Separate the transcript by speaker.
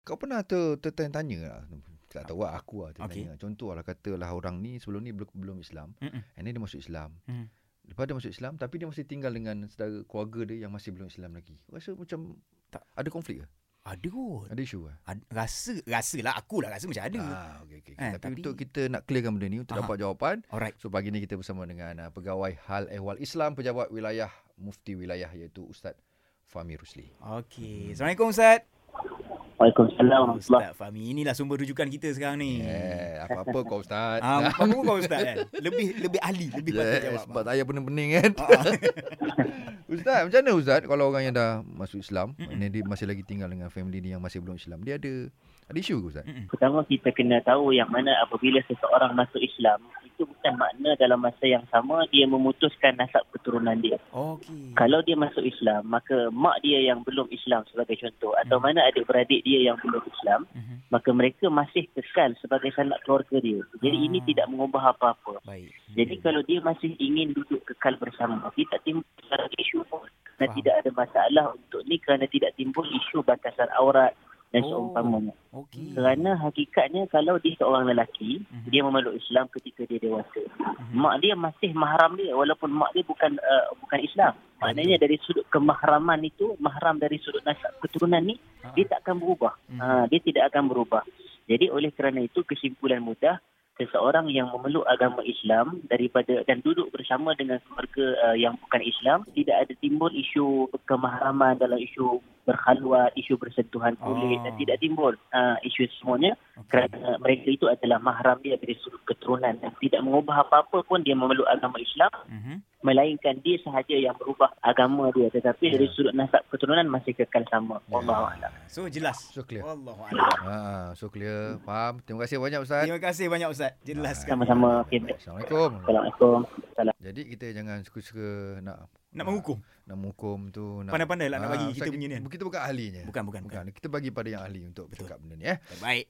Speaker 1: Kau pernah ter, tertanya-tanya lah Tak tahu lah aku lah
Speaker 2: Okey.
Speaker 1: tertanya okay. Contoh lah katalah orang ni Sebelum ni belum, belum Islam
Speaker 2: Mm-mm.
Speaker 1: And then dia masuk Islam
Speaker 2: Mm.
Speaker 1: Lepas dia masuk Islam Tapi dia masih tinggal dengan Saudara keluarga dia Yang masih belum Islam lagi Rasa macam
Speaker 2: Tak.
Speaker 1: tak. Ada konflik ke?
Speaker 2: Ada kot.
Speaker 1: Ada isu ke?
Speaker 2: Ad- Rasa Rasalah Akulah rasa macam ada
Speaker 1: Ah, okay, okay, okay.
Speaker 2: Eh,
Speaker 1: tapi,
Speaker 2: tapi-
Speaker 1: tapi untuk kita nak clearkan benda ni Untuk
Speaker 2: Aha.
Speaker 1: dapat jawapan
Speaker 2: Alright
Speaker 1: So pagi ni kita bersama dengan uh, Pegawai Hal Ehwal Islam Pejabat Wilayah Mufti Wilayah Iaitu Ustaz Fahmi Rusli
Speaker 2: Okey. Assalamualaikum Ustaz.
Speaker 3: Waalaikumsalam warahmatullahi
Speaker 2: Ustaz Fahmi. Inilah sumber rujukan kita sekarang ni.
Speaker 1: Eh, apa-apa kau Ustaz
Speaker 2: Hmm. Ah, apa pun kau Ustaz kan? Lebih lebih ahli, lebih yeah, patut
Speaker 1: Yes,
Speaker 2: jawab.
Speaker 1: sebab saya pening-pening kan
Speaker 2: Ah, ah.
Speaker 1: Ustaz, macam mana Ustaz kalau orang yang dah masuk Islam mm dia masih lagi tinggal dengan family dia yang masih belum Islam Dia ada ada isu ke Ustaz?
Speaker 2: Mm-mm.
Speaker 3: Pertama kita kena tahu yang mana apabila seseorang masuk Islam itu bukan makna dalam masa yang sama dia memutuskan nasab keturunan dia.
Speaker 2: Okey.
Speaker 3: Kalau dia masuk Islam maka mak dia yang belum Islam sebagai contoh atau
Speaker 2: Hmm.
Speaker 3: mana adik-beradik dia yang belum Islam
Speaker 2: Mhm.
Speaker 3: maka mereka masih kekal sebagai sanak keluarga dia. Jadi
Speaker 2: Ah.
Speaker 3: ini tidak mengubah apa-apa.
Speaker 2: Baik. Mm-hmm.
Speaker 3: Jadi kalau dia masih ingin duduk kekal bersama tidak timbul secara isu pun dan
Speaker 2: Faham.
Speaker 3: tidak ada masalah untuk ni kerana tidak timbul isu batasan aurat dan
Speaker 2: Oh.
Speaker 3: seumpamanya.
Speaker 2: Okey.
Speaker 3: Kerana hakikatnya kalau dia seorang lelaki,
Speaker 2: Mhm.
Speaker 3: dia memeluk Islam ketika dia dewasa.
Speaker 2: Mhm.
Speaker 3: Mak dia masih mahram dia walaupun mak dia bukan uh, bukan Islam. Maknanya dari sudut kemahraman itu, mahram dari sudut nasab keturunan ni,
Speaker 2: Ah,
Speaker 3: dia tak akan berubah.
Speaker 1: Hmm.
Speaker 2: Mhm.
Speaker 3: Ha, dia tidak akan berubah. Jadi oleh kerana itu kesimpulan mudah, seseorang yang memeluk agama Islam daripada dan duduk bersama dengan keluarga uh, yang bukan Islam, tidak ada timbul isu kemahraman dalam isu berkhaluat, isu bersentuhan
Speaker 2: Ah.
Speaker 3: kulit
Speaker 1: Oh.
Speaker 3: dan tidak timbul uh, isu semuanya
Speaker 2: Okey.
Speaker 3: kerana mereka itu adalah mahram dia dari sudut keturunan dan tidak mengubah apa-apa pun dia memeluk agama Islam
Speaker 2: Mhm.
Speaker 3: melainkan dia sahaja yang berubah agama dia tetapi dari
Speaker 1: Ya.
Speaker 3: sudut nasab keturunan masih kekal sama
Speaker 1: Ya.
Speaker 3: Allah
Speaker 2: So jelas.
Speaker 1: So clear
Speaker 2: Wallahu a'lam.
Speaker 1: ha, So clear, faham Terima kasih banyak Ustaz
Speaker 2: Terima kasih banyak Ustaz. Jelas.
Speaker 3: Ah. Sama-sama. Okay.
Speaker 1: Assalamualaikum
Speaker 3: Assalamualaikum
Speaker 1: Jadi kita jangan suka-suka nak
Speaker 2: Nak menghukum.
Speaker 1: Nak menghukum tu nak,
Speaker 2: Pandai-pandai lah nak
Speaker 1: Ah,
Speaker 2: bagi
Speaker 1: Ustaz,
Speaker 2: kita punya ni kan.
Speaker 1: Kita bukan ahlinya
Speaker 2: Bukan bukan bukan.
Speaker 1: Bukan, kita bagi pada yang ahli untuk
Speaker 2: Betul.
Speaker 1: bercakap benda ni eh.
Speaker 2: Baik.